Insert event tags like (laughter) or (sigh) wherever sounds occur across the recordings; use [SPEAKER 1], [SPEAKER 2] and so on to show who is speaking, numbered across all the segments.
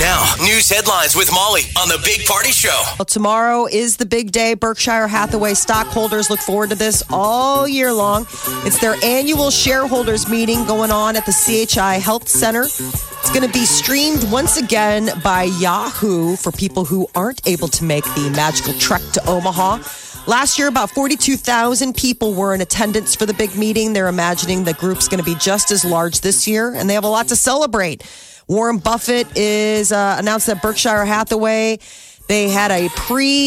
[SPEAKER 1] Now, news headlines with Molly on the Big Party Show.
[SPEAKER 2] Well, tomorrow is the big day. Berkshire Hathaway stockholders look forward to this all year long. It's their annual shareholders meeting going on at the CHI Health Center. It's going to be streamed once again by Yahoo for people who aren't able to make the magical trek to Omaha. Last year, about 42,000 people were in attendance for the big meeting. They're imagining the group's going to be just as large this year, and they have a lot to celebrate. Warren Buffett is uh, announced that Berkshire Hathaway they had a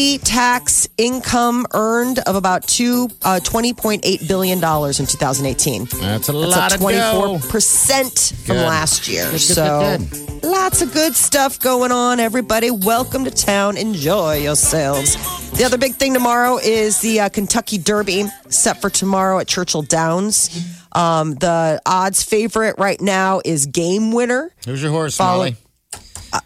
[SPEAKER 2] pre-tax income earned of about two uh, 20.8 billion dollars in 2018.
[SPEAKER 3] That's a lot
[SPEAKER 2] up
[SPEAKER 3] of dough.
[SPEAKER 2] 24 percent from
[SPEAKER 3] Good.
[SPEAKER 2] last year.
[SPEAKER 3] good,
[SPEAKER 2] so
[SPEAKER 3] good,
[SPEAKER 2] lots of good stuff going on. Everybody, welcome to town. Enjoy yourselves. The other big thing tomorrow is the uh, Kentucky Derby, set for tomorrow at Churchill Downs. Um, the odds favorite right now is Game Winner.
[SPEAKER 3] Who's your horse,
[SPEAKER 2] Follow-
[SPEAKER 3] Molly?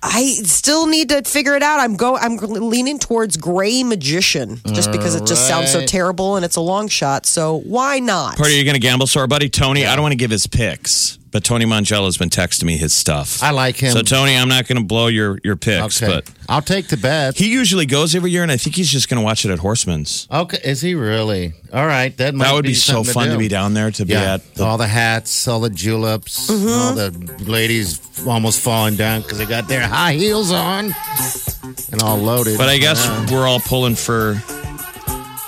[SPEAKER 2] I still need to figure it out. I'm go. I'm leaning towards Gray Magician just because it just sounds so
[SPEAKER 3] Alright.
[SPEAKER 2] terrible and it's a long shot. So why not?
[SPEAKER 4] Party, you're going to gamble. So our buddy Tony, I don't want to give his picks, but Tony Mangello's been texting me his stuff.
[SPEAKER 3] I like him.
[SPEAKER 4] So Tony, I'm not going to blow your your picks,
[SPEAKER 3] Okay.
[SPEAKER 4] but
[SPEAKER 3] I'll take the bet.
[SPEAKER 4] he usually goes every year, and I think he's just going to watch it at Horseman's.
[SPEAKER 3] okay, is he really? All right, that might
[SPEAKER 4] that would be, so
[SPEAKER 3] something
[SPEAKER 4] fun to,
[SPEAKER 3] do.
[SPEAKER 4] be down there to be
[SPEAKER 3] Yeah,
[SPEAKER 4] at. The,
[SPEAKER 3] all the hats, all the juleps,
[SPEAKER 4] Mm-hmm.
[SPEAKER 3] all the ladies almost falling down because they got their high heels on and all loaded.
[SPEAKER 4] but I guess
[SPEAKER 3] Yeah.
[SPEAKER 4] we're all pulling for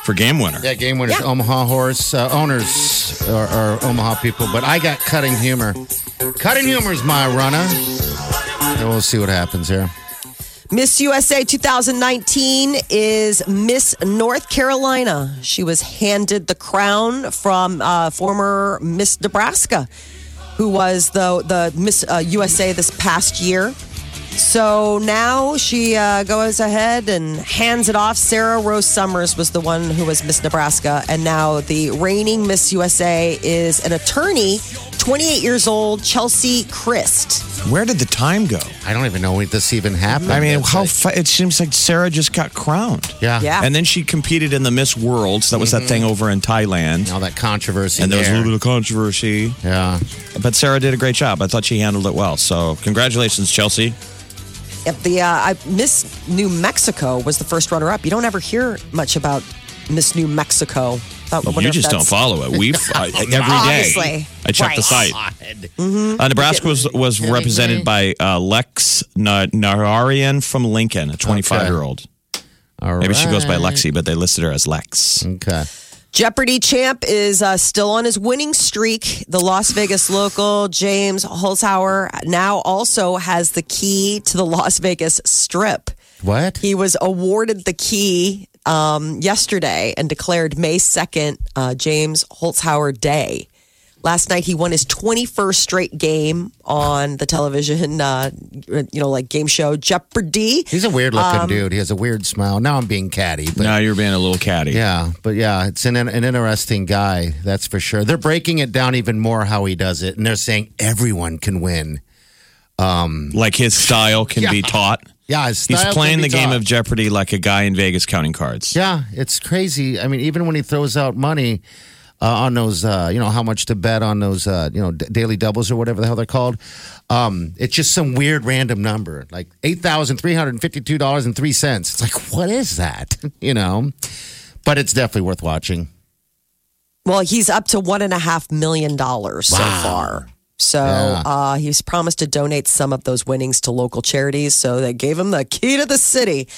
[SPEAKER 4] for game winner.
[SPEAKER 3] Yeah, game winners, Omaha horse uh, owners or, or Omaha people. But I got cutting humor. Cutting humor is my runner. And we'll see what happens here.
[SPEAKER 2] Miss USA 2019 is Miss North Carolina. She was handed the crown from uh, former Miss Nebraska, who was the the Miss uh, USA this past year. So now she uh, goes ahead and hands it off. Sarah Rose Summers was the one who was Miss Nebraska, and now the reigning Miss USA is an attorney, 28 years old, Chelsea Christ.
[SPEAKER 4] Where did the time go?
[SPEAKER 3] I don't even know if this even happened.
[SPEAKER 4] I mean,
[SPEAKER 3] It's
[SPEAKER 4] how
[SPEAKER 3] like-
[SPEAKER 4] fa- it seems like Sarah just got crowned.
[SPEAKER 3] yeah.
[SPEAKER 2] Yeah.
[SPEAKER 4] And then she competed in the Miss Worlds. That was that thing over in Thailand.
[SPEAKER 3] All that controversy.
[SPEAKER 4] And there was a
[SPEAKER 3] there.
[SPEAKER 4] little bit of controversy.
[SPEAKER 3] Yeah.
[SPEAKER 4] But Sarah did a great job. I thought she handled it well. So congratulations, Chelsea.
[SPEAKER 2] If the uh, I, Miss New Mexico was the first runner-up. You don't ever hear much about Miss New Mexico. Thought- wonder
[SPEAKER 4] you
[SPEAKER 2] if
[SPEAKER 4] just don't
[SPEAKER 2] that's-
[SPEAKER 4] follow it.
[SPEAKER 3] (laughs)
[SPEAKER 4] We've I, every day.
[SPEAKER 2] Obviously.
[SPEAKER 4] I check the site.
[SPEAKER 3] God.
[SPEAKER 4] Uh, Nebraska was was represented by uh, Lex Na- Nararian from Lincoln, a 25 year old.
[SPEAKER 3] All
[SPEAKER 4] Maybe she goes by
[SPEAKER 3] right.
[SPEAKER 4] Lexi, but they listed her as Lex.
[SPEAKER 3] Okay.
[SPEAKER 2] Jeopardy champ is uh, still on his winning streak. The Las Vegas local James Holzhauer now also has the key to the Las Vegas Strip.
[SPEAKER 3] What?
[SPEAKER 2] He was awarded the key um, yesterday and declared May 2nd uh, James Holzhauer Day. Last night, he won his 21st straight game on the television, uh, you know, like game show Jeopardy.
[SPEAKER 3] He's a weird looking dude. He has a weird smile. Now I'm being catty, but
[SPEAKER 4] Now you're being a little catty.
[SPEAKER 3] yeah, but yeah, it's an an interesting guy, that's for sure. They're breaking it down even more how he does it, and they're saying everyone can win.
[SPEAKER 4] Like his style can be taught.
[SPEAKER 3] Yeah, his
[SPEAKER 4] He's
[SPEAKER 3] style
[SPEAKER 4] playing
[SPEAKER 3] can
[SPEAKER 4] the
[SPEAKER 3] be
[SPEAKER 4] game
[SPEAKER 3] taught.
[SPEAKER 4] of Jeopardy like a guy in Vegas counting cards.
[SPEAKER 3] Yeah, it's crazy. I mean, even when he throws out money uh, on those, uh, you know, how much to bet on those, uh, you know, d- daily doubles or whatever the hell they're called, um, it's just some weird random number, like eight thousand three hundred fifty-two dollars and three cents. It's like, what is that? (laughs) You know, but it's definitely worth watching.
[SPEAKER 2] Well, he's up to one and a half million dollars so far. So
[SPEAKER 3] Yeah.
[SPEAKER 2] uh, he's promised to donate some of those winnings to local charities. So they gave him the key to the city.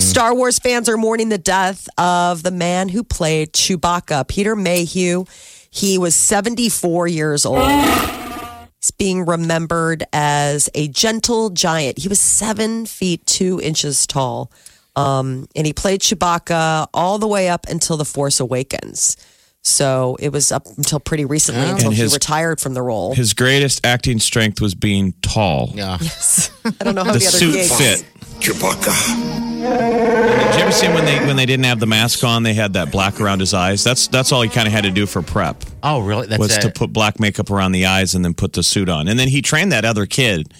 [SPEAKER 2] Star Wars fans are mourning the death of the man who played Chewbacca, Peter Mayhew. He was 74 years old. He's being remembered as a gentle giant. He was seven feet two inches tall. Um, and he played Chewbacca all the way up until The Force Awakens. So it was up until pretty recently, until
[SPEAKER 4] And his-
[SPEAKER 2] he retired from the role.
[SPEAKER 4] His greatest acting strength was being tall.
[SPEAKER 3] Yeah. Oh,
[SPEAKER 2] I don't know how
[SPEAKER 4] The
[SPEAKER 2] the, other
[SPEAKER 4] suit
[SPEAKER 2] gigs.
[SPEAKER 4] fit.
[SPEAKER 5] Chewbacca.
[SPEAKER 4] Did you ever see him when they when they didn't have the mask on? They had that black around his eyes. That's that's all he kind of had to do for prep
[SPEAKER 3] Oh, really? That's
[SPEAKER 4] was
[SPEAKER 3] it.
[SPEAKER 4] to put black makeup around the eyes and then put the suit on. And then he trained that other kid.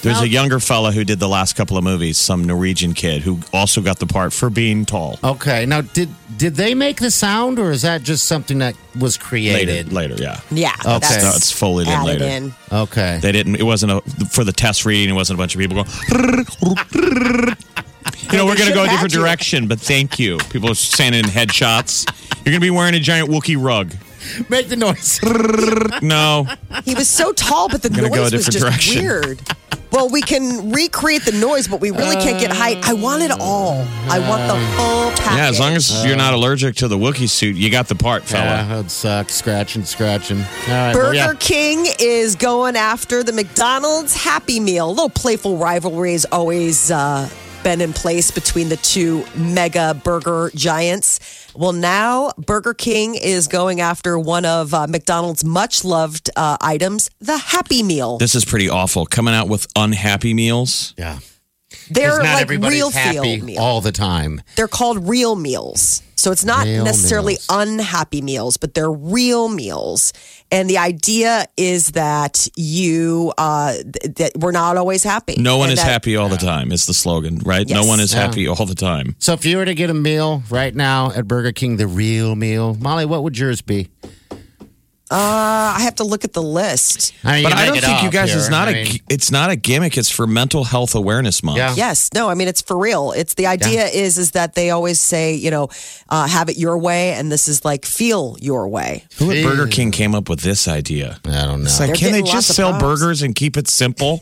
[SPEAKER 4] There's a younger fella who did the last couple of movies, some Norwegian kid who also got the part for being tall.
[SPEAKER 3] Okay. Now, did did they make the sound, or is that just something that was
[SPEAKER 4] Later,
[SPEAKER 3] created?
[SPEAKER 4] later, yeah.
[SPEAKER 2] Yeah.
[SPEAKER 3] Okay.
[SPEAKER 2] That's
[SPEAKER 3] No,
[SPEAKER 4] it's folded in
[SPEAKER 2] added
[SPEAKER 4] later.
[SPEAKER 2] in.
[SPEAKER 4] (laughs)
[SPEAKER 3] Okay.
[SPEAKER 4] They didn't. It wasn't a for the test reading. It wasn't a bunch of people going. you know, we're going to go a
[SPEAKER 2] should've had
[SPEAKER 4] different
[SPEAKER 2] you.
[SPEAKER 4] direction, but thank you. People are standing in headshots. You're going to be wearing a giant Wookiee rug.
[SPEAKER 3] Make the noise.
[SPEAKER 4] No,
[SPEAKER 2] He was so tall, but the
[SPEAKER 4] gonna
[SPEAKER 2] noise
[SPEAKER 4] go a
[SPEAKER 2] was just
[SPEAKER 4] different direction.
[SPEAKER 2] weird. Well, we can recreate the noise, but we really can't get height. I want it all. I want the full package.
[SPEAKER 4] yeah. As long as you're not allergic to the Wookiee suit, you got the part, fella.
[SPEAKER 3] (laughs) Uh. yeah, that would suck. Scratching, scratching. All right. well,
[SPEAKER 2] Burger
[SPEAKER 3] yeah.
[SPEAKER 2] King is going after the McDonald's Happy Meal. A little playful rivalry has always uh, been in place between the two mega burger giants. Well, now Burger King is going after one of uh, McDonald's much loved uh, items, the Happy Meal.
[SPEAKER 4] This is pretty awful. Coming out with unhappy meals.
[SPEAKER 3] Yeah.
[SPEAKER 2] They're
[SPEAKER 3] Because not
[SPEAKER 2] like
[SPEAKER 3] everybody's
[SPEAKER 2] real
[SPEAKER 3] happy
[SPEAKER 2] field meals.
[SPEAKER 3] all the time.
[SPEAKER 2] they're called real meals. So it's not
[SPEAKER 3] Real
[SPEAKER 2] necessarily
[SPEAKER 3] meals.
[SPEAKER 2] unhappy meals, but they're real meals. And the idea is that you uh, th- that we're not always happy.
[SPEAKER 4] No one
[SPEAKER 2] And
[SPEAKER 4] is
[SPEAKER 2] that-
[SPEAKER 4] happy all the time. Is the slogan right? No
[SPEAKER 2] Yes.
[SPEAKER 4] one is happy all the time.
[SPEAKER 3] So if you were to get a meal right now at Burger King, the real meal, Molly, what would yours be?
[SPEAKER 2] I have to look at the list.
[SPEAKER 3] I mean,
[SPEAKER 4] But
[SPEAKER 3] can
[SPEAKER 4] I
[SPEAKER 3] make
[SPEAKER 4] don't
[SPEAKER 3] it
[SPEAKER 4] think you
[SPEAKER 3] up
[SPEAKER 4] guys.
[SPEAKER 3] here.
[SPEAKER 4] It's not
[SPEAKER 3] I
[SPEAKER 4] a.
[SPEAKER 3] mean,
[SPEAKER 4] It's not a gimmick. It's for Mental Health Awareness Month.
[SPEAKER 3] Yeah.
[SPEAKER 2] Yes, no, I mean it's for real. It's the idea is is that they always say you know uh, have it your way, and this is like feel your way.
[SPEAKER 4] Who at Burger King came up with this idea?
[SPEAKER 3] I don't know.
[SPEAKER 4] It's like,
[SPEAKER 2] They're
[SPEAKER 4] can they
[SPEAKER 2] getting lots
[SPEAKER 4] just
[SPEAKER 2] of
[SPEAKER 4] sell
[SPEAKER 2] props.
[SPEAKER 4] burgers and keep
[SPEAKER 3] (laughs)
[SPEAKER 4] it simple?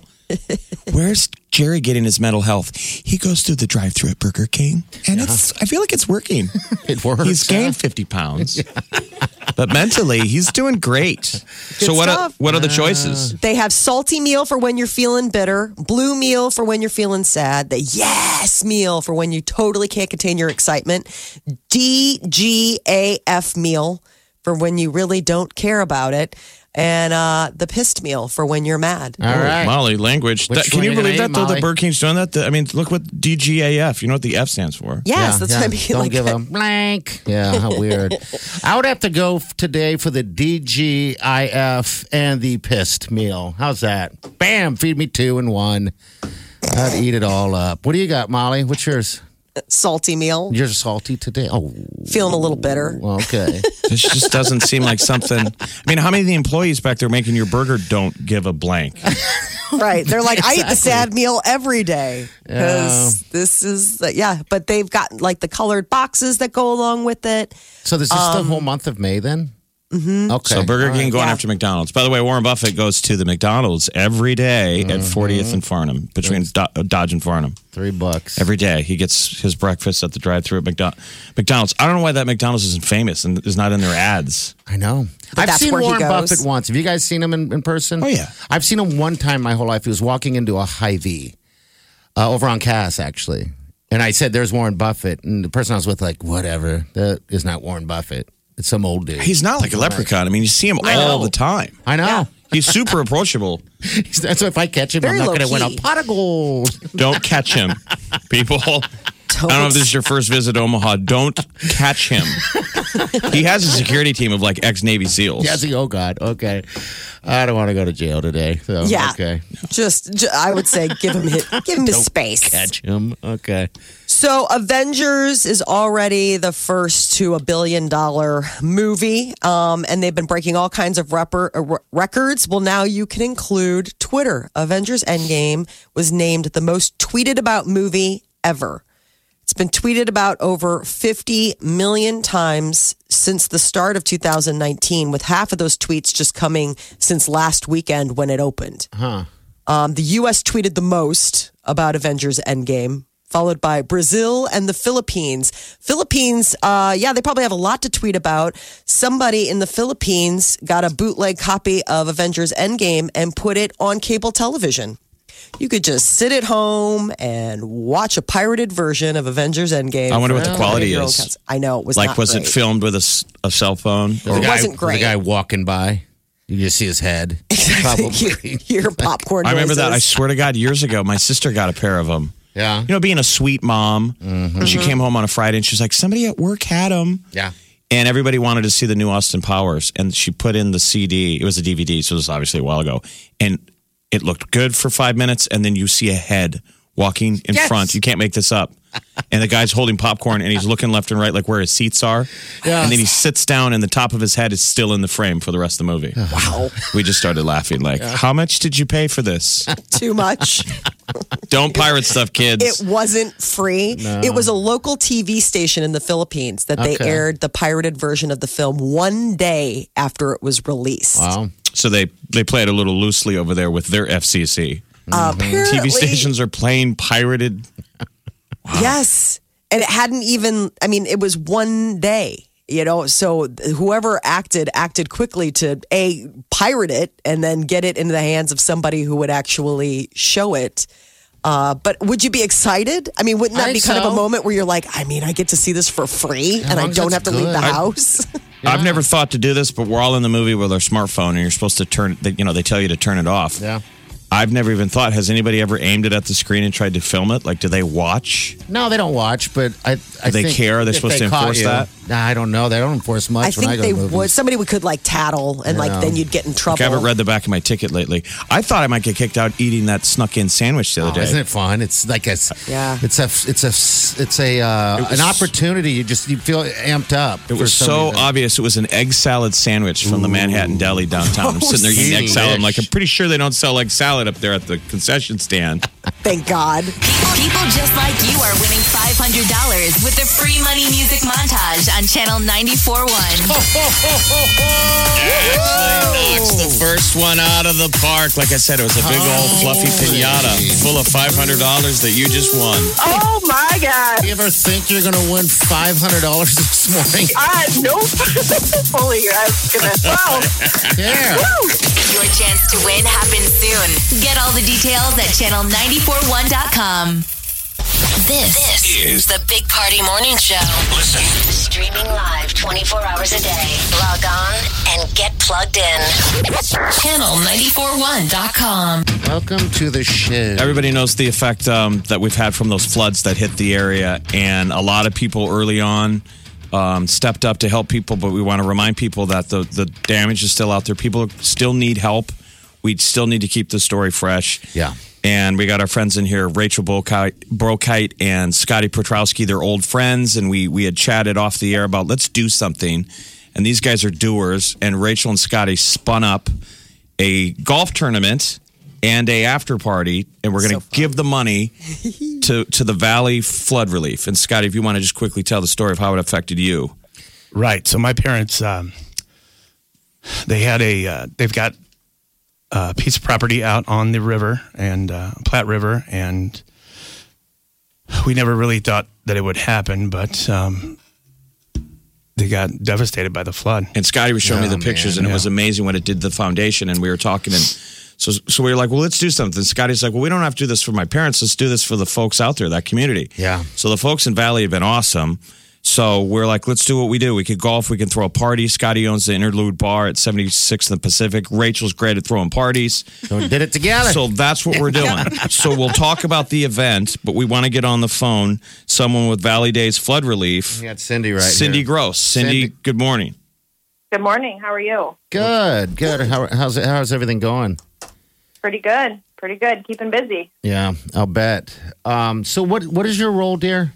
[SPEAKER 4] Where's Jerry getting his mental health? He goes through the drive-through at Burger King, and it's. I feel like it's
[SPEAKER 3] (laughs)
[SPEAKER 4] working.
[SPEAKER 3] It works,
[SPEAKER 4] He's
[SPEAKER 3] huh?
[SPEAKER 4] gained
[SPEAKER 3] (laughs)
[SPEAKER 4] fifty pounds, but mentally he's doing great. so what? Are,
[SPEAKER 2] stuff.
[SPEAKER 4] what are the choices?
[SPEAKER 3] Ah.
[SPEAKER 2] They have salty meal for when you're feeling bitter, blue meal for when you're feeling sad, the yes meal for when you totally can't contain your excitement, DGAF meal for when you really don't care about it, and uh, the pissed meal for when you're mad.
[SPEAKER 3] All right.
[SPEAKER 4] Oh, Molly, language.
[SPEAKER 3] Which
[SPEAKER 4] That- can
[SPEAKER 3] one
[SPEAKER 4] you
[SPEAKER 3] are you gonna
[SPEAKER 4] believe that
[SPEAKER 3] eat,
[SPEAKER 4] though?
[SPEAKER 3] Molly?
[SPEAKER 4] The Burger King's doing that. The- I mean, look what DGAF. You know what the F
[SPEAKER 3] (laughs)
[SPEAKER 4] stands for?
[SPEAKER 2] Yes, that's
[SPEAKER 3] yeah.
[SPEAKER 2] what I mean.
[SPEAKER 3] Don't
[SPEAKER 2] like
[SPEAKER 3] give
[SPEAKER 2] that.
[SPEAKER 3] them blank.
[SPEAKER 2] (laughs)
[SPEAKER 3] Yeah, how weird. I would have to go f- today for the DGIF and the pissed meal. How's that? Bam! Feed me two and one. I'd eat it all up. What do you got, Molly? What's yours?
[SPEAKER 2] salty meal,
[SPEAKER 3] You're salty today. Oh,
[SPEAKER 2] feeling a little
[SPEAKER 3] (laughs)
[SPEAKER 2] bitter.
[SPEAKER 3] okay.
[SPEAKER 4] This just doesn't seem like something. I mean, how many of the employees back there making your burger don't give a blank?
[SPEAKER 2] Right. They're like, I eat the sad meal every day because this is, yeah. But they've got like the colored boxes that go along with it.
[SPEAKER 3] So this is the
[SPEAKER 2] Um,
[SPEAKER 3] whole month of May then? Mm-hmm. Okay.
[SPEAKER 4] So Burger King going
[SPEAKER 2] Yeah.
[SPEAKER 4] after McDonald's. By the way, Warren Buffett goes to the McDonald's every day
[SPEAKER 3] Mm-hmm.
[SPEAKER 4] at 40th and Farnham, between Do- Dodge and Farnham.
[SPEAKER 3] Three bucks.
[SPEAKER 4] Every day he gets his breakfast at the drive-through at McDo- McDonald's. I don't know why that McDonald's isn't famous and is not in their ads.
[SPEAKER 3] I know. I've
[SPEAKER 2] that's
[SPEAKER 3] seen
[SPEAKER 2] where he
[SPEAKER 3] Warren
[SPEAKER 2] goes.
[SPEAKER 3] Buffett once. Have you guys seen him in, in person?
[SPEAKER 4] Oh, yeah.
[SPEAKER 3] I've seen him one time my whole life. He was walking into a Hy-Vee uh, over on Cass, actually. And I said, there's Warren Buffett. And the person I was with, like, whatever. That is not Warren Buffett. It's some old dude.
[SPEAKER 4] He's not like a leprechaun. I mean, you see him all the time.
[SPEAKER 3] I know. (laughs)
[SPEAKER 4] He's super approachable.
[SPEAKER 3] That's why if I catch him,
[SPEAKER 2] Very
[SPEAKER 3] I'm not going to
[SPEAKER 2] low-key.
[SPEAKER 3] win a pot of gold. (laughs)
[SPEAKER 4] Don't catch him, people. I don't know if this is your first visit to Omaha. Don't catch him. he has a security team of like ex Navy SEALs.
[SPEAKER 3] Yes, he- oh, God. Okay. I don't want to go to jail today. So,
[SPEAKER 2] Yeah.
[SPEAKER 3] Okay.
[SPEAKER 2] Just, ju- I would say, give him his, give him his space.
[SPEAKER 3] Catch him. Okay.
[SPEAKER 2] So, Avengers is already the first to a billion dollar movie, um, and they've been breaking all kinds of reper, uh, re- records. Well, now you can include Twitter. Avengers Endgame was named the most tweeted about movie ever. It's been tweeted about over 50 million times since the start of 2019, with half of those tweets just coming since last weekend when it opened. Um, the U.S. tweeted the most about Avengers Endgame, followed by Brazil and the Philippines. Philippines, uh, yeah, they probably have a lot to tweet about. Somebody in the Philippines got a bootleg copy of Avengers Endgame and put it on cable television. You could just sit at home and watch a pirated version of Avengers Endgame.
[SPEAKER 4] I wonder what the
[SPEAKER 2] from
[SPEAKER 4] quality
[SPEAKER 2] your own
[SPEAKER 4] is.
[SPEAKER 2] cons- I know it was
[SPEAKER 4] like,
[SPEAKER 2] not
[SPEAKER 4] was it
[SPEAKER 2] great. (laughs)
[SPEAKER 4] filmed with a, s- a cell phone?
[SPEAKER 3] the
[SPEAKER 2] It
[SPEAKER 3] guy,
[SPEAKER 2] wasn't
[SPEAKER 3] The
[SPEAKER 2] great.
[SPEAKER 3] guy walking by, you just see
[SPEAKER 2] (laughs)
[SPEAKER 3] his head. Probably.
[SPEAKER 2] Hear hear popcorn.
[SPEAKER 4] I remember that. I
[SPEAKER 2] noises.
[SPEAKER 4] swear to God, years ago, my sister got a pair of them.
[SPEAKER 3] Yeah.
[SPEAKER 4] You know, being a sweet mom, she came home on a Friday and she's like, somebody at work had them.
[SPEAKER 3] Yeah.
[SPEAKER 4] And everybody wanted to see the new Austin Powers. And she put in the CD. It was a DVD, so it was obviously a while ago. And it looked good for five minutes. And then you see a head walking in
[SPEAKER 3] Yes.
[SPEAKER 4] front. You can't make this up. And the guy's holding popcorn and he's looking left and right, like where his seats are.
[SPEAKER 3] Yeah.
[SPEAKER 4] And then he sits down and the top of his head is still in the frame for the rest of the movie. Wow. We just started laughing, like, how much did you pay for this?
[SPEAKER 2] too much.
[SPEAKER 4] (laughs) Don't pirate stuff, kids.
[SPEAKER 2] It wasn't free. It was a local TV station in the Philippines that they
[SPEAKER 3] Okay.
[SPEAKER 2] aired the pirated version of the film one day after it was released.
[SPEAKER 3] Wow.
[SPEAKER 4] So they they play it a little loosely over there with their FCC.
[SPEAKER 2] Uh,
[SPEAKER 3] Mm-hmm.
[SPEAKER 2] Apparently,
[SPEAKER 4] TV stations are playing pirated.
[SPEAKER 2] (laughs) Yes. And it hadn't even, I mean, it was one day, you know? So whoever acted, acted quickly to A, pirate it and then get it into the hands of somebody who would actually show it. Uh, but would you be excited? I mean, wouldn't that
[SPEAKER 3] I
[SPEAKER 2] be
[SPEAKER 3] think
[SPEAKER 2] kind of a
[SPEAKER 3] so.
[SPEAKER 2] moment where you're like, I mean, I get to see this for free and I
[SPEAKER 3] long as
[SPEAKER 2] don't have
[SPEAKER 3] it's
[SPEAKER 2] to leave the
[SPEAKER 3] good. I-
[SPEAKER 2] house? (laughs)
[SPEAKER 4] I've never thought to do this, but we're all in the movie with our smartphone, and you're supposed to turn. They, you know, they tell you to turn it off.
[SPEAKER 3] Yeah.
[SPEAKER 4] I've never even thought. Has anybody ever aimed it at the screen and tried to film it? Like, do they watch?
[SPEAKER 3] No, they don't watch, but I. I
[SPEAKER 4] Do they
[SPEAKER 3] think
[SPEAKER 4] care? Are they
[SPEAKER 3] if
[SPEAKER 4] supposed to
[SPEAKER 3] caught
[SPEAKER 4] enforce
[SPEAKER 3] you-
[SPEAKER 4] that?
[SPEAKER 3] Nah, I don't know. They don't enforce much.
[SPEAKER 2] I
[SPEAKER 3] when I
[SPEAKER 2] think
[SPEAKER 3] go
[SPEAKER 2] they
[SPEAKER 3] to movies.
[SPEAKER 2] would. Somebody would could like tattle and like then you'd get in trouble.
[SPEAKER 4] Like, I haven't read the back of my ticket lately. I thought I might get kicked out eating that snuck in sandwich the other
[SPEAKER 3] Oh,
[SPEAKER 4] day.
[SPEAKER 3] isn't it fun? It's like a, s-
[SPEAKER 2] Yeah.
[SPEAKER 3] It's a, it's a, it's a, uh,
[SPEAKER 4] It was-
[SPEAKER 3] an opportunity. You just you feel amped up.
[SPEAKER 4] It was so obvious. It was an egg salad sandwich from the Manhattan Deli
[SPEAKER 3] (laughs)
[SPEAKER 4] downtown. I'm sitting there eating egg
[SPEAKER 3] Gross.
[SPEAKER 4] salad. I'm like, I'm pretty sure they don't sell egg salad up there at the concession stand.
[SPEAKER 2] Thank God.
[SPEAKER 6] People just like you are winning $500 with the free money music montage on Channel 94.1.
[SPEAKER 4] Actually knocks the first one out of the park. Like I said, it was a big old fluffy pinata full of $500 that you just won.
[SPEAKER 7] Oh my God.
[SPEAKER 3] You ever think you're gonna win five hundred dollars this
[SPEAKER 2] (laughs)
[SPEAKER 3] morning?
[SPEAKER 2] Ah,
[SPEAKER 7] I nope. Holy, I was gonna. Wow.
[SPEAKER 3] (laughs) Yeah.
[SPEAKER 6] Your chance to win happens soon. Get all the details at channel941.com. This, is the Big Party Morning Show.
[SPEAKER 1] Listen.
[SPEAKER 6] Streaming live 24 hours a day. Log on and get plugged in. Channel941.com.
[SPEAKER 3] Welcome to the show.
[SPEAKER 4] Everybody knows the effect um, that we've had from those floods that hit the area, and a lot of people early on um, stepped up to help people. But we want to remind people that the the damage is still out there. People still need help. We still need to keep the story fresh.
[SPEAKER 3] Yeah.
[SPEAKER 4] And we got our friends in here, Rachel Brokite, Brokite and Scotty Petrowski. They're old friends, and we we had chatted off the air about let's do something. And these guys are doers. And Rachel and Scotty spun up a golf tournament and a after party, and we're going to give the money to to the Valley Flood Relief. And Scotty, if you want to just quickly tell the story of how it affected you,
[SPEAKER 8] Right. So my parents, um, they had a, uh, they've got a piece of property out on the river and uh, Platte River, and we never really thought that it would happen, but um, they got devastated by the flood.
[SPEAKER 4] and Scotty was showing me the
[SPEAKER 3] Oh,
[SPEAKER 4] pictures, and it was amazing what it did to the foundation. And we were talking, and so so we were like, well, let's do something. Scotty's like, well, we don't have to do this for my parents. Let's do this for the folks out there, that community.
[SPEAKER 3] Yeah.
[SPEAKER 4] So the folks in Valley have been awesome. So we're like, let's do what we do. We could golf. We can throw a party. Scotty owns the Interlude Bar at 76th and Pacific. Rachel's great at throwing parties.
[SPEAKER 3] So we did it together.
[SPEAKER 4] So that's what we're doing. so we'll talk about the event, but we want to get on the phone someone with Valley Days flood relief.
[SPEAKER 3] we got Cindy right.
[SPEAKER 4] Cindy
[SPEAKER 3] here.
[SPEAKER 4] Gross. Cindy,
[SPEAKER 3] Cindy.
[SPEAKER 4] good morning.
[SPEAKER 7] Good morning. How are you?
[SPEAKER 3] Good. Good. How, how's it, how's everything going?
[SPEAKER 7] Pretty good. Pretty good. Keeping busy.
[SPEAKER 3] Yeah, I'll bet. Um, so what what is your role, dear?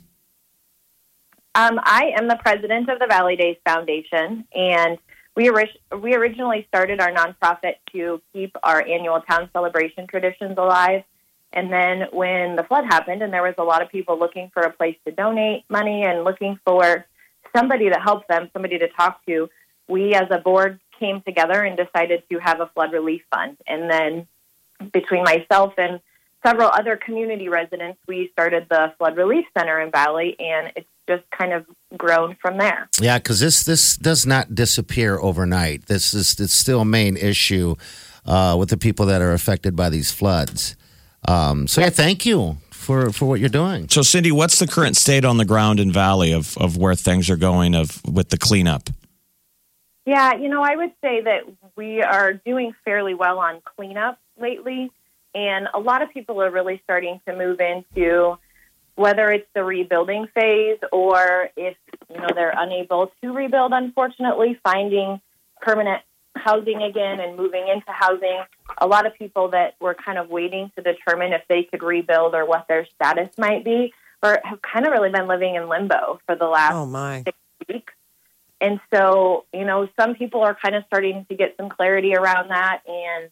[SPEAKER 7] Um, I am the president of the Valley Days Foundation, and we, ori- we originally started our nonprofit to keep our annual town celebration traditions alive. And then when the flood happened, and there was a lot of people looking for a place to donate money and looking for somebody to help them, somebody to talk to, we as a board came together and decided to have a flood relief fund. And then between myself and several other community residents, we started the Flood Relief Center in Valley, and it's just kind of grown from there.
[SPEAKER 3] Yeah, because this this does not disappear overnight. This is it's still a main issue uh, with the people that are affected by these floods. Um, so yeah, thank you for for what you're doing.
[SPEAKER 4] So, Cindy, what's the current state on the ground in Valley of, of where things are going of with the cleanup?
[SPEAKER 7] Yeah, you know, I would say that we are doing fairly well on cleanup lately, and a lot of people are really starting to move into whether it's the rebuilding phase or if you know they're unable to rebuild, unfortunately, finding permanent housing again and moving into housing. A lot of people that were kind of waiting to determine if they could rebuild or what their status might be, or have kind of really been living in limbo for the last
[SPEAKER 2] Oh, my.
[SPEAKER 7] six weeks. And so, you know, some people are kind of starting to get some clarity around that and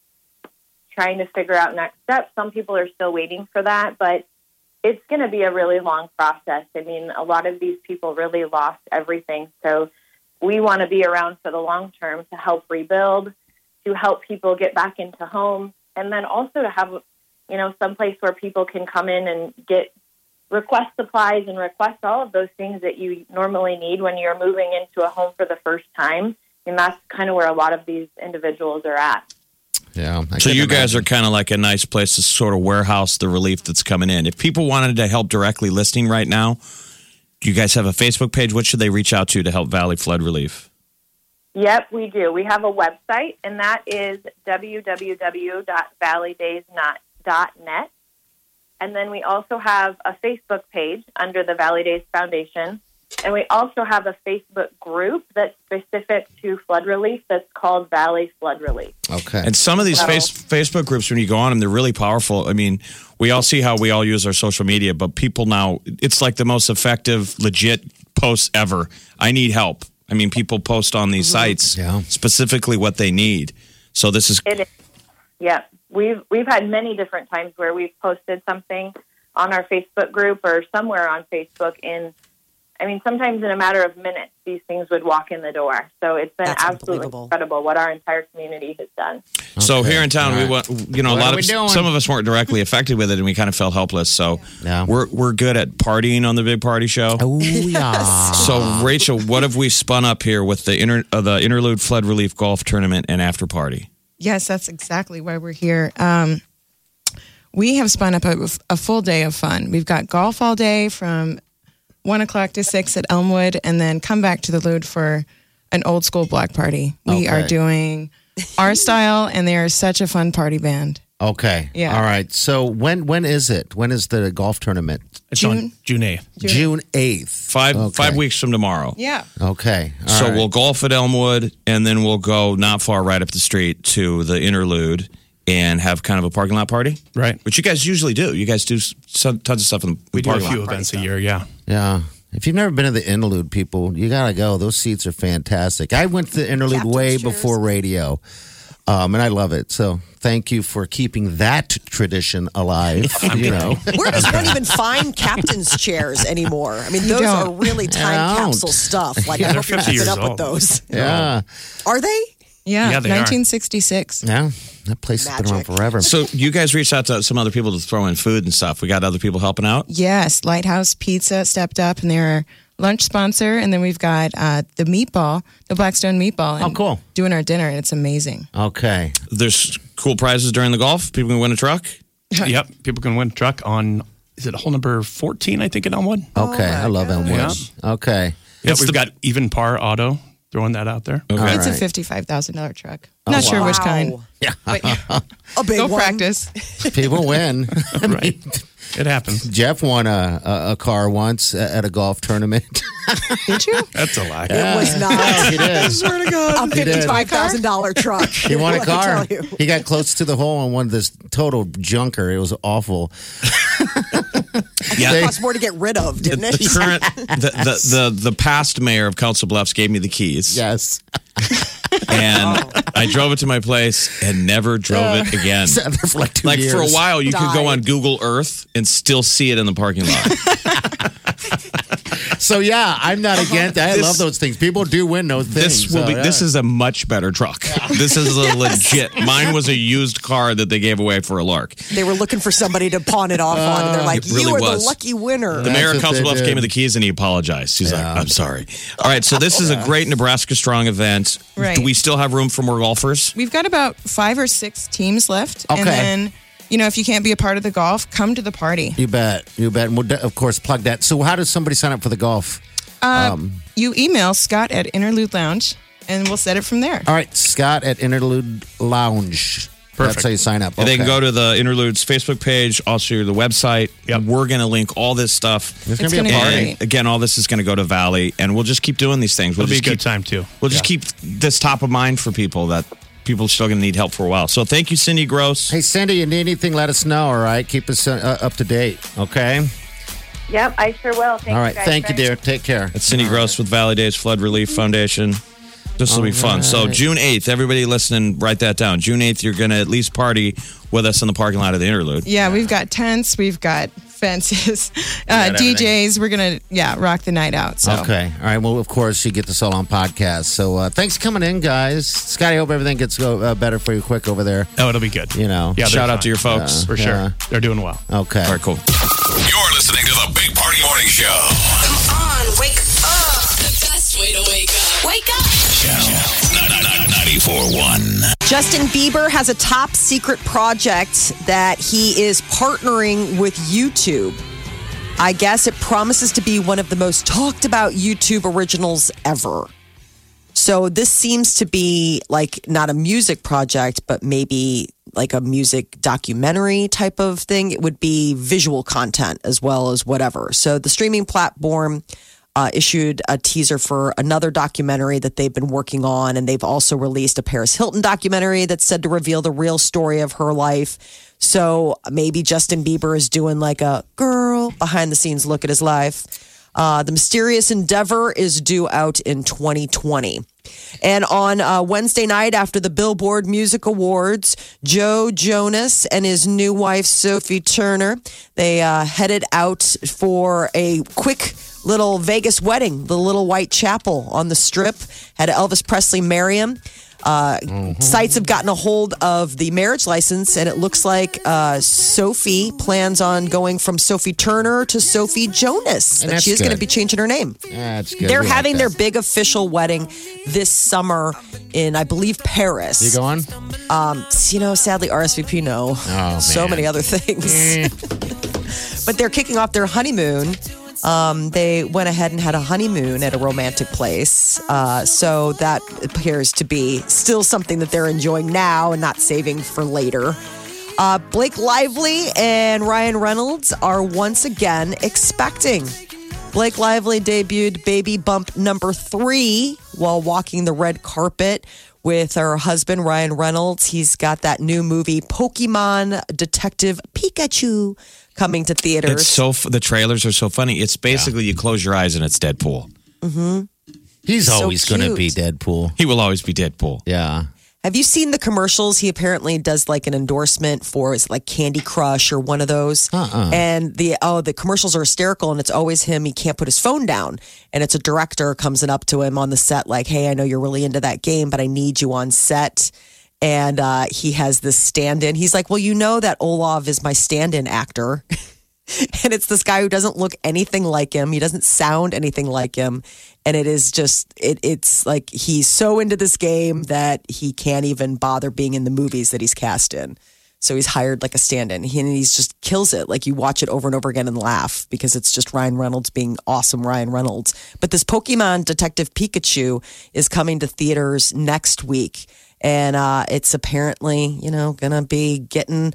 [SPEAKER 7] trying to figure out next steps. Some people are still waiting for that, but it's going to be a really long process. I mean, a lot of these people really lost everything. So we want to be around for the long term to help rebuild, to help people get back into homes, and then also to have, you know, some place where people can come in and get request supplies and request all of those things that you normally need when you're moving into a home for the first time. And that's kind of where a lot of these individuals are at.
[SPEAKER 3] Yeah. I
[SPEAKER 4] So
[SPEAKER 3] can
[SPEAKER 4] you guys
[SPEAKER 3] imagine.
[SPEAKER 4] are kind of like a nice place to sort of warehouse the relief that's coming in. If people wanted to help directly listening right now, do you guys have a Facebook page? What should they reach out to to help Valley Flood Relief?
[SPEAKER 7] Yep, we do. We have a website, and that is www.valleydays.net. And then we also have a Facebook page under the Valley Days Foundation. And we also have a Facebook group that's specific to flood relief that's called Valley Flood Relief.
[SPEAKER 3] okay.
[SPEAKER 4] And some of these face, Facebook groups, when you go on them, they're really powerful. I mean, we all see how we all use our social media, but people now, it's like the most effective, legit posts ever. I need help. I mean, people post on these
[SPEAKER 3] Mm-hmm.
[SPEAKER 4] sites
[SPEAKER 3] Yeah.
[SPEAKER 4] specifically what they need. So this is
[SPEAKER 7] It is. Yeah, we've we've had many different times where we've posted something on our Facebook group or somewhere on Facebook. In, I mean, sometimes in a matter of minutes, these things would walk in the door. So it's been
[SPEAKER 2] That's
[SPEAKER 7] absolutely
[SPEAKER 2] unbelievable.
[SPEAKER 7] incredible what our entire community has done.
[SPEAKER 4] So
[SPEAKER 3] Okay.
[SPEAKER 4] here in town,
[SPEAKER 3] All right.
[SPEAKER 4] we went. You know,
[SPEAKER 3] What are
[SPEAKER 4] a lot
[SPEAKER 3] we
[SPEAKER 4] of
[SPEAKER 3] doing?
[SPEAKER 4] some of us weren't directly affected with it, and we kind of felt helpless. So
[SPEAKER 3] Yeah.
[SPEAKER 4] we're we're good at partying on the big party show.
[SPEAKER 3] (laughs) Oh yeah.
[SPEAKER 4] So Rachel, what have we spun up here with the inter, uh, the interlude flood relief golf tournament and after party?
[SPEAKER 9] Yes, that's exactly why we're here. Um, we have spun up a, a full day of fun. We've got golf all day from one o'clock to six at Elmwood, and then come back to the Lude for an old school block party. We
[SPEAKER 3] Okay.
[SPEAKER 9] are doing our style, and they are such a fun party band.
[SPEAKER 3] Okay.
[SPEAKER 9] Yeah.
[SPEAKER 3] All right. So when when is it? When is the golf tournament?
[SPEAKER 8] It's on June 8th.
[SPEAKER 3] June eighth.
[SPEAKER 4] Five
[SPEAKER 3] Okay.
[SPEAKER 4] five weeks from tomorrow.
[SPEAKER 9] Yeah,
[SPEAKER 3] Okay. All
[SPEAKER 4] so
[SPEAKER 3] right.
[SPEAKER 4] we'll golf at Elmwood, and then we'll go not far right up the street to the interlude and have kind of a parking lot party.
[SPEAKER 8] Right.
[SPEAKER 4] Which you guys usually do. You guys do s- some, tons of stuff in the
[SPEAKER 8] We do a
[SPEAKER 4] parking lot.
[SPEAKER 8] few events a year, yeah.
[SPEAKER 3] Yeah. If you've never been to the interlude, people, you gotta go. Those seats are fantastic. I went to the interlude way before radio, um, and I love it. So thank you for keeping that tradition alive. you know,
[SPEAKER 2] Where does one even find captain's chairs anymore? I mean, those
[SPEAKER 9] don't.
[SPEAKER 2] are really time
[SPEAKER 3] Don't.
[SPEAKER 2] capsule stuff. Like, I
[SPEAKER 8] they're
[SPEAKER 2] hope
[SPEAKER 8] 50
[SPEAKER 2] you're keeping
[SPEAKER 8] years
[SPEAKER 2] up with
[SPEAKER 8] old.
[SPEAKER 2] those.
[SPEAKER 3] (laughs) yeah,
[SPEAKER 2] Are they?
[SPEAKER 9] yeah,
[SPEAKER 8] Yeah, they are.
[SPEAKER 9] 1966.
[SPEAKER 3] yeah. That place has been around
[SPEAKER 2] Magic.
[SPEAKER 3] forever.
[SPEAKER 4] So you guys reached out to some other people to throw in food and stuff. We got other people helping out.
[SPEAKER 9] Yes, Lighthouse Pizza stepped up, and they're our lunch sponsor, and then we've got uh, the meatball, the Blackstone meatball. and
[SPEAKER 3] Oh, cool.
[SPEAKER 9] Doing our dinner, and it's amazing.
[SPEAKER 3] okay,
[SPEAKER 4] There's cool prizes during the golf. People can win a truck.
[SPEAKER 8] yep. People can win a truck on, is it hole number 14, I think, in Elmwood?
[SPEAKER 9] Oh,
[SPEAKER 3] okay. I love Elmwood. Okay.
[SPEAKER 8] Yeah, we've got Even Par Auto throwing that out there.
[SPEAKER 3] All
[SPEAKER 9] It's a
[SPEAKER 3] right. Oh,
[SPEAKER 9] fifty-five thousand dollar truck. Not sure which kind.
[SPEAKER 2] Wow.
[SPEAKER 3] Yeah.
[SPEAKER 9] But
[SPEAKER 2] A big
[SPEAKER 9] go
[SPEAKER 2] one.
[SPEAKER 9] practice.
[SPEAKER 3] People win. (laughs)
[SPEAKER 8] Right. it happens.
[SPEAKER 3] Jeff won a, a, a car once a- at a golf tournament. (laughs)
[SPEAKER 9] Did you?
[SPEAKER 8] That's a lie.
[SPEAKER 9] (laughs)
[SPEAKER 2] It was not.
[SPEAKER 3] he did.
[SPEAKER 2] swear to God. A
[SPEAKER 3] did.
[SPEAKER 2] $55,000 truck. (laughs)
[SPEAKER 3] He won a
[SPEAKER 2] Let me tell
[SPEAKER 3] car.
[SPEAKER 2] you.
[SPEAKER 3] He got close to the hole and won this total junker. It was awful.
[SPEAKER 4] Yeah.
[SPEAKER 2] It cost more to get rid of,
[SPEAKER 4] the,
[SPEAKER 2] didn't it?
[SPEAKER 4] (laughs) the current, the, the, the, the past mayor of Council Bluffs gave me the keys,
[SPEAKER 3] Yes.
[SPEAKER 4] and
[SPEAKER 3] Oh.
[SPEAKER 4] I drove it to my place and never drove it
[SPEAKER 3] (laughs)
[SPEAKER 4] again.
[SPEAKER 3] Sat there for like two
[SPEAKER 4] Like
[SPEAKER 3] years.
[SPEAKER 4] for a while, you could go on
[SPEAKER 2] Died.
[SPEAKER 4] Google Earth and still see it in the parking
[SPEAKER 3] (laughs)
[SPEAKER 4] lot.
[SPEAKER 3] So yeah, I'm not against. I
[SPEAKER 4] Uh-huh. This-
[SPEAKER 3] love those things. People do win those things.
[SPEAKER 4] this will
[SPEAKER 3] so,
[SPEAKER 4] be.
[SPEAKER 3] yeah.
[SPEAKER 4] This is a much better truck. (laughs) This
[SPEAKER 3] (laughs)
[SPEAKER 4] is a legit. Mine was a used car that they gave away for a lark.
[SPEAKER 2] They were looking for somebody to pawn it off on. And they're like,
[SPEAKER 4] it really
[SPEAKER 2] you are
[SPEAKER 4] was.
[SPEAKER 2] the lucky winner.
[SPEAKER 4] The mayor
[SPEAKER 3] That's
[SPEAKER 4] of
[SPEAKER 3] what
[SPEAKER 4] Council
[SPEAKER 3] they
[SPEAKER 4] Bluffs
[SPEAKER 3] did.
[SPEAKER 4] gave me the keys and he apologized. He's like, I'm sorry. All right, so this is a great Nebraska Strong event.
[SPEAKER 9] Right.
[SPEAKER 4] Do we still have room for more golfers?
[SPEAKER 9] We've got about five or six teams left,
[SPEAKER 3] Okay.
[SPEAKER 9] and then you know, if you can't be a part of the golf, come to the party.
[SPEAKER 3] You bet. You bet. And we'll, de- of course, plug that. So, how does somebody sign up for the golf?
[SPEAKER 9] You email Scott at Interlude Lounge, and we'll set it from there.
[SPEAKER 3] All right, Scott at Interlude Lounge. That's
[SPEAKER 8] Perfect.
[SPEAKER 3] how you sign up.
[SPEAKER 4] They can
[SPEAKER 3] Okay.
[SPEAKER 4] go to the Interludes Facebook page, also the website.
[SPEAKER 8] Yep.
[SPEAKER 4] We're going to link all this stuff.
[SPEAKER 3] There's going
[SPEAKER 9] It's
[SPEAKER 3] to be a
[SPEAKER 9] gonna be
[SPEAKER 3] party.
[SPEAKER 9] great.
[SPEAKER 4] And again, all this is going to go to Valley, and we'll just keep doing these things. We'll
[SPEAKER 8] It'll be a
[SPEAKER 4] just
[SPEAKER 8] good
[SPEAKER 4] keep,
[SPEAKER 8] time too.
[SPEAKER 4] We'll just
[SPEAKER 8] Yeah.
[SPEAKER 4] keep this top of mind for people that people are still going to need help for a while. So thank you, Cindy Gross.
[SPEAKER 3] Hey, Cindy, you need anything, let us know, all right? Keep us uh, up to date, okay?
[SPEAKER 7] Yep, I sure will. Thank
[SPEAKER 3] all right,
[SPEAKER 7] you guys
[SPEAKER 3] thank you,
[SPEAKER 7] very
[SPEAKER 3] dear. Take care.
[SPEAKER 4] It's Cindy Gross with Valley Days Flood Relief Foundation. This will be fun. So June 8th, everybody listening, write that down. June 8th, you're going to at least party with us in the parking lot of the Interlude.
[SPEAKER 9] Yeah, we've got tents, we've got fences, uh,
[SPEAKER 3] got everything.
[SPEAKER 9] DJs. We're gonna yeah rock the night out. So
[SPEAKER 3] Okay. All right. Well, of course, you get this all on podcast. So uh, thanks for coming in, guys. Scotty, hope everything gets uh, better for you quick over there.
[SPEAKER 8] Oh, it'll be good.
[SPEAKER 3] You know.
[SPEAKER 8] Yeah,
[SPEAKER 4] Shout
[SPEAKER 8] they're
[SPEAKER 4] out to your
[SPEAKER 8] fine.
[SPEAKER 4] folks.
[SPEAKER 8] for sure.
[SPEAKER 3] Yeah.
[SPEAKER 8] They're doing well.
[SPEAKER 3] Okay.
[SPEAKER 4] All right, cool.
[SPEAKER 1] You're listening to the Big Party Morning Show.
[SPEAKER 10] Come on, wake up. The best way to wake up.
[SPEAKER 6] Wake up.
[SPEAKER 2] Justin Bieber has a top secret project that he is partnering with YouTube. I guess it promises to be one of the most talked about YouTube originals ever. So this seems to be like not a music project, but maybe like a music documentary type of thing. It would be visual content as well as whatever. So the streaming platform uh, issued a teaser for another documentary that they've been working on, and they've also released a Paris Hilton documentary that's said to reveal the real story of her life. So maybe Justin Bieber is doing like a girl behind the scenes look at his life. Uh, the Mysterious Endeavor is due out in 2020. And on uh, Wednesday night, after the Billboard Music Awards, Joe Jonas and his new wife Sophie Turner they uh, headed out for a quick little Vegas wedding, the Little White Chapel on the Strip. Had Elvis Presley marry him. Uh, Sites have gotten a hold of the marriage license, and it looks like uh, Sophie plans on going from Sophie Turner to Sophie Jonas.
[SPEAKER 3] And
[SPEAKER 2] That
[SPEAKER 3] that's
[SPEAKER 2] she is going to
[SPEAKER 3] good.
[SPEAKER 2] be changing her name.
[SPEAKER 3] That's good.
[SPEAKER 2] They're
[SPEAKER 3] We like
[SPEAKER 2] having
[SPEAKER 3] that.
[SPEAKER 2] their big official wedding this summer in, I believe, Paris.
[SPEAKER 3] You going?
[SPEAKER 2] You know, sadly, RSVP no.
[SPEAKER 3] Oh,
[SPEAKER 2] so
[SPEAKER 3] man. Eh.
[SPEAKER 2] many other things. (laughs) But they're kicking off their honeymoon. Um, they went ahead and had a honeymoon at a romantic place. Uh, so that appears to be still something that they're enjoying now and not saving for later. Uh, Blake Lively and Ryan Reynolds are once again expecting. Blake Lively debuted Baby Bump number three while walking the red carpet with her husband, Ryan Reynolds. He's got that new movie, Pokemon Detective Pikachu, coming to theaters.
[SPEAKER 4] It's so f- the trailers are so funny. It's basically you close your eyes and it's Deadpool.
[SPEAKER 3] He's
[SPEAKER 2] so
[SPEAKER 3] always going to
[SPEAKER 2] cute.
[SPEAKER 3] be Deadpool.
[SPEAKER 4] He will always be Deadpool.
[SPEAKER 3] Yeah.
[SPEAKER 2] Have you seen the commercials? He apparently does like an endorsement for is it like Candy Crush or one of those.
[SPEAKER 3] Uh-uh.
[SPEAKER 2] And the oh, the commercials are hysterical, and it's always him. He can't put his phone down, and it's a director comes in up to him on the set like, "Hey, I know you're really into that game, but I need you on set." And uh, he has this stand-in. He's like, "Well, you know that Olav is my stand-in actor." (laughs) and it's this guy who doesn't look anything like him. He doesn't sound anything like him, and it is just it. It's like he's so into this game that he can't even bother being in the movies that he's cast in. So he's hired like a stand-in, he, and he's just kills it. Like you watch it over and over again and laugh because it's just Ryan Reynolds being awesome, Ryan Reynolds. But this Pokemon Detective Pikachu is coming to theaters next week, and uh, it's apparently you know gonna be getting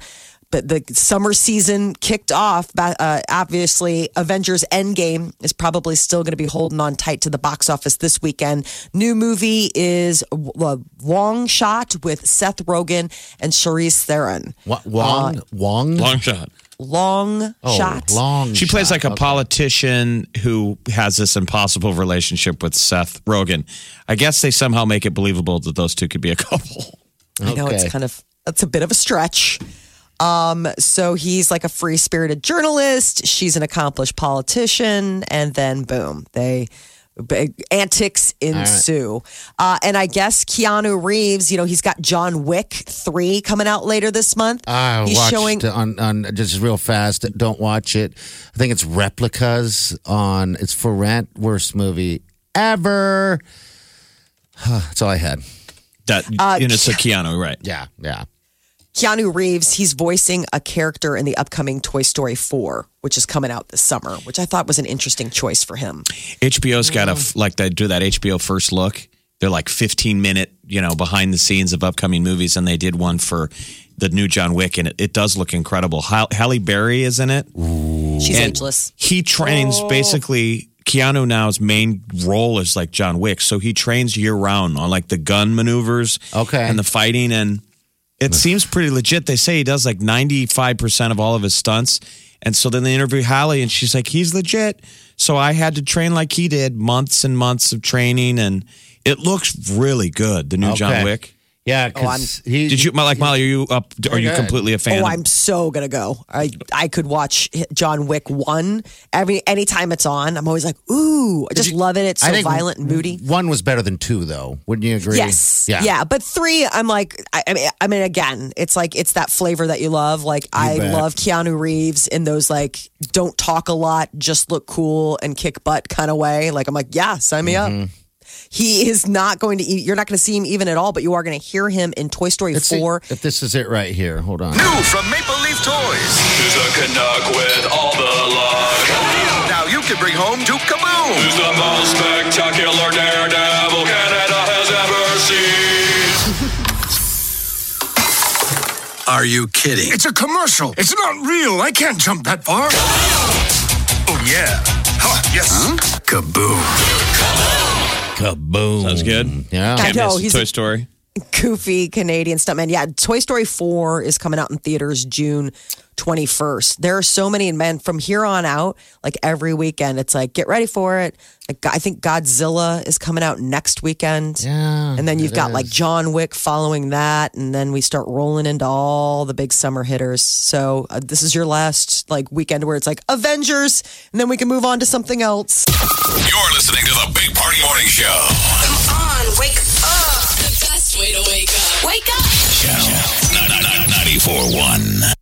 [SPEAKER 2] but the summer season kicked off. Ba- Uh, obviously, Avengers Endgame is probably still going to be holding on tight to the box office this weekend. New movie is a Long Shot with Seth Rogen and Charlize Theron.
[SPEAKER 3] Wa-
[SPEAKER 2] Uh,
[SPEAKER 3] Wong? Wong?
[SPEAKER 4] Long shot.
[SPEAKER 2] Long
[SPEAKER 3] Oh,
[SPEAKER 2] Shot.
[SPEAKER 3] Long
[SPEAKER 4] She plays
[SPEAKER 3] shot.
[SPEAKER 4] like a politician who has this impossible relationship with Seth Rogen. I guess they somehow make it believable that those two could be a (laughs) couple.
[SPEAKER 2] I know it's
[SPEAKER 3] Okay.
[SPEAKER 2] kind of that's a bit of a stretch. Um, so he's like a free spirited journalist. She's an accomplished politician, and then boom, they big antics ensue. Uh, and I guess Keanu Reeves, you know, he's got John Wick three coming out later this month.
[SPEAKER 3] I
[SPEAKER 2] he's
[SPEAKER 3] watched
[SPEAKER 2] showing
[SPEAKER 3] on, on just real fast. Don't watch it. I think it's replicas on. It's for rent. Worst movie ever. (sighs) That's all I had.
[SPEAKER 4] That and it's a Keanu, right?
[SPEAKER 3] Yeah, yeah.
[SPEAKER 2] Keanu Reeves, he's voicing a character in the upcoming Toy Story 4, which is coming out this summer, which I thought was an interesting choice for him.
[SPEAKER 4] HBO's got a f- like they do that HBO first look. They're like 15 minute, you know, behind the scenes of upcoming movies, and they did one for the new John Wick, and it, it does look incredible. Hal- Halle Berry is in it.
[SPEAKER 2] She's
[SPEAKER 4] And
[SPEAKER 2] ageless.
[SPEAKER 4] He trains basically. Keanu now's main role is like John Wick, so he trains year round on like the gun maneuvers, okay, and the fighting, and it seems pretty legit. They say he does like ninety five percent of all of his stunts, and so then they interview Hallie, and she's like, "He's legit." So I had to train like he did, months and months of training, and it looks really good. The new John
[SPEAKER 3] Okay.
[SPEAKER 4] Wick.
[SPEAKER 3] Yeah,
[SPEAKER 2] Oh, I'm-
[SPEAKER 3] because he
[SPEAKER 4] Did you like Molly? Are you up? Are you completely a fan?
[SPEAKER 2] Oh,
[SPEAKER 4] of-
[SPEAKER 2] I'm so gonna go. I I could watch John Wick one every anytime it's on. I'm always like, ooh, I just love it. It's so violent and moody.
[SPEAKER 3] One was better than two, though. Wouldn't you agree?
[SPEAKER 2] Yes, yeah. but three, I'm like, I, I mean, I mean, again, it's like it's that flavor that you love. Like I
[SPEAKER 3] bet.
[SPEAKER 2] love Keanu Reeves in those like don't talk a lot, just look cool and kick butt kind of way. Like I'm like, yeah, sign me up. He is not going to. You're not going to see him even at all, but you are going to hear him in Toy Story
[SPEAKER 3] Let's see
[SPEAKER 2] four.
[SPEAKER 3] if this is it right here. Hold on.
[SPEAKER 11] New from Maple Leaf Toys. Who's a Canuck with all the luck? Now you can bring home Duke Kaboom. Who's the most spectacular daredevil Canada has ever seen?
[SPEAKER 12] Are you kidding? It's a commercial. It's not real. I can't jump that far. Oh, yeah. Huh, yes. Kaboom.
[SPEAKER 3] Kaboom.
[SPEAKER 4] Sounds good.
[SPEAKER 3] Yeah.
[SPEAKER 2] I
[SPEAKER 4] Can't
[SPEAKER 2] know,
[SPEAKER 4] miss
[SPEAKER 2] he's-
[SPEAKER 4] Toy Story.
[SPEAKER 2] goofy Canadian stuntman. Yeah, Toy Story 4 is coming out in theaters June 21st. There are so many, and man, from here on out, like every weekend, it's like, get ready for it. Like, I think Godzilla is coming out next weekend.
[SPEAKER 3] Yeah.
[SPEAKER 2] And then you've
[SPEAKER 3] it
[SPEAKER 2] got like
[SPEAKER 3] is.
[SPEAKER 2] John Wick following that. And then we start rolling into all the big summer hitters. So uh, this is your last like weekend where it's like Avengers, and then we can move on to something else.
[SPEAKER 11] You're listening to the Big Party Morning Show.
[SPEAKER 10] Come on, wake up. The best way to wake up.
[SPEAKER 6] Wake up.
[SPEAKER 11] Channel 941.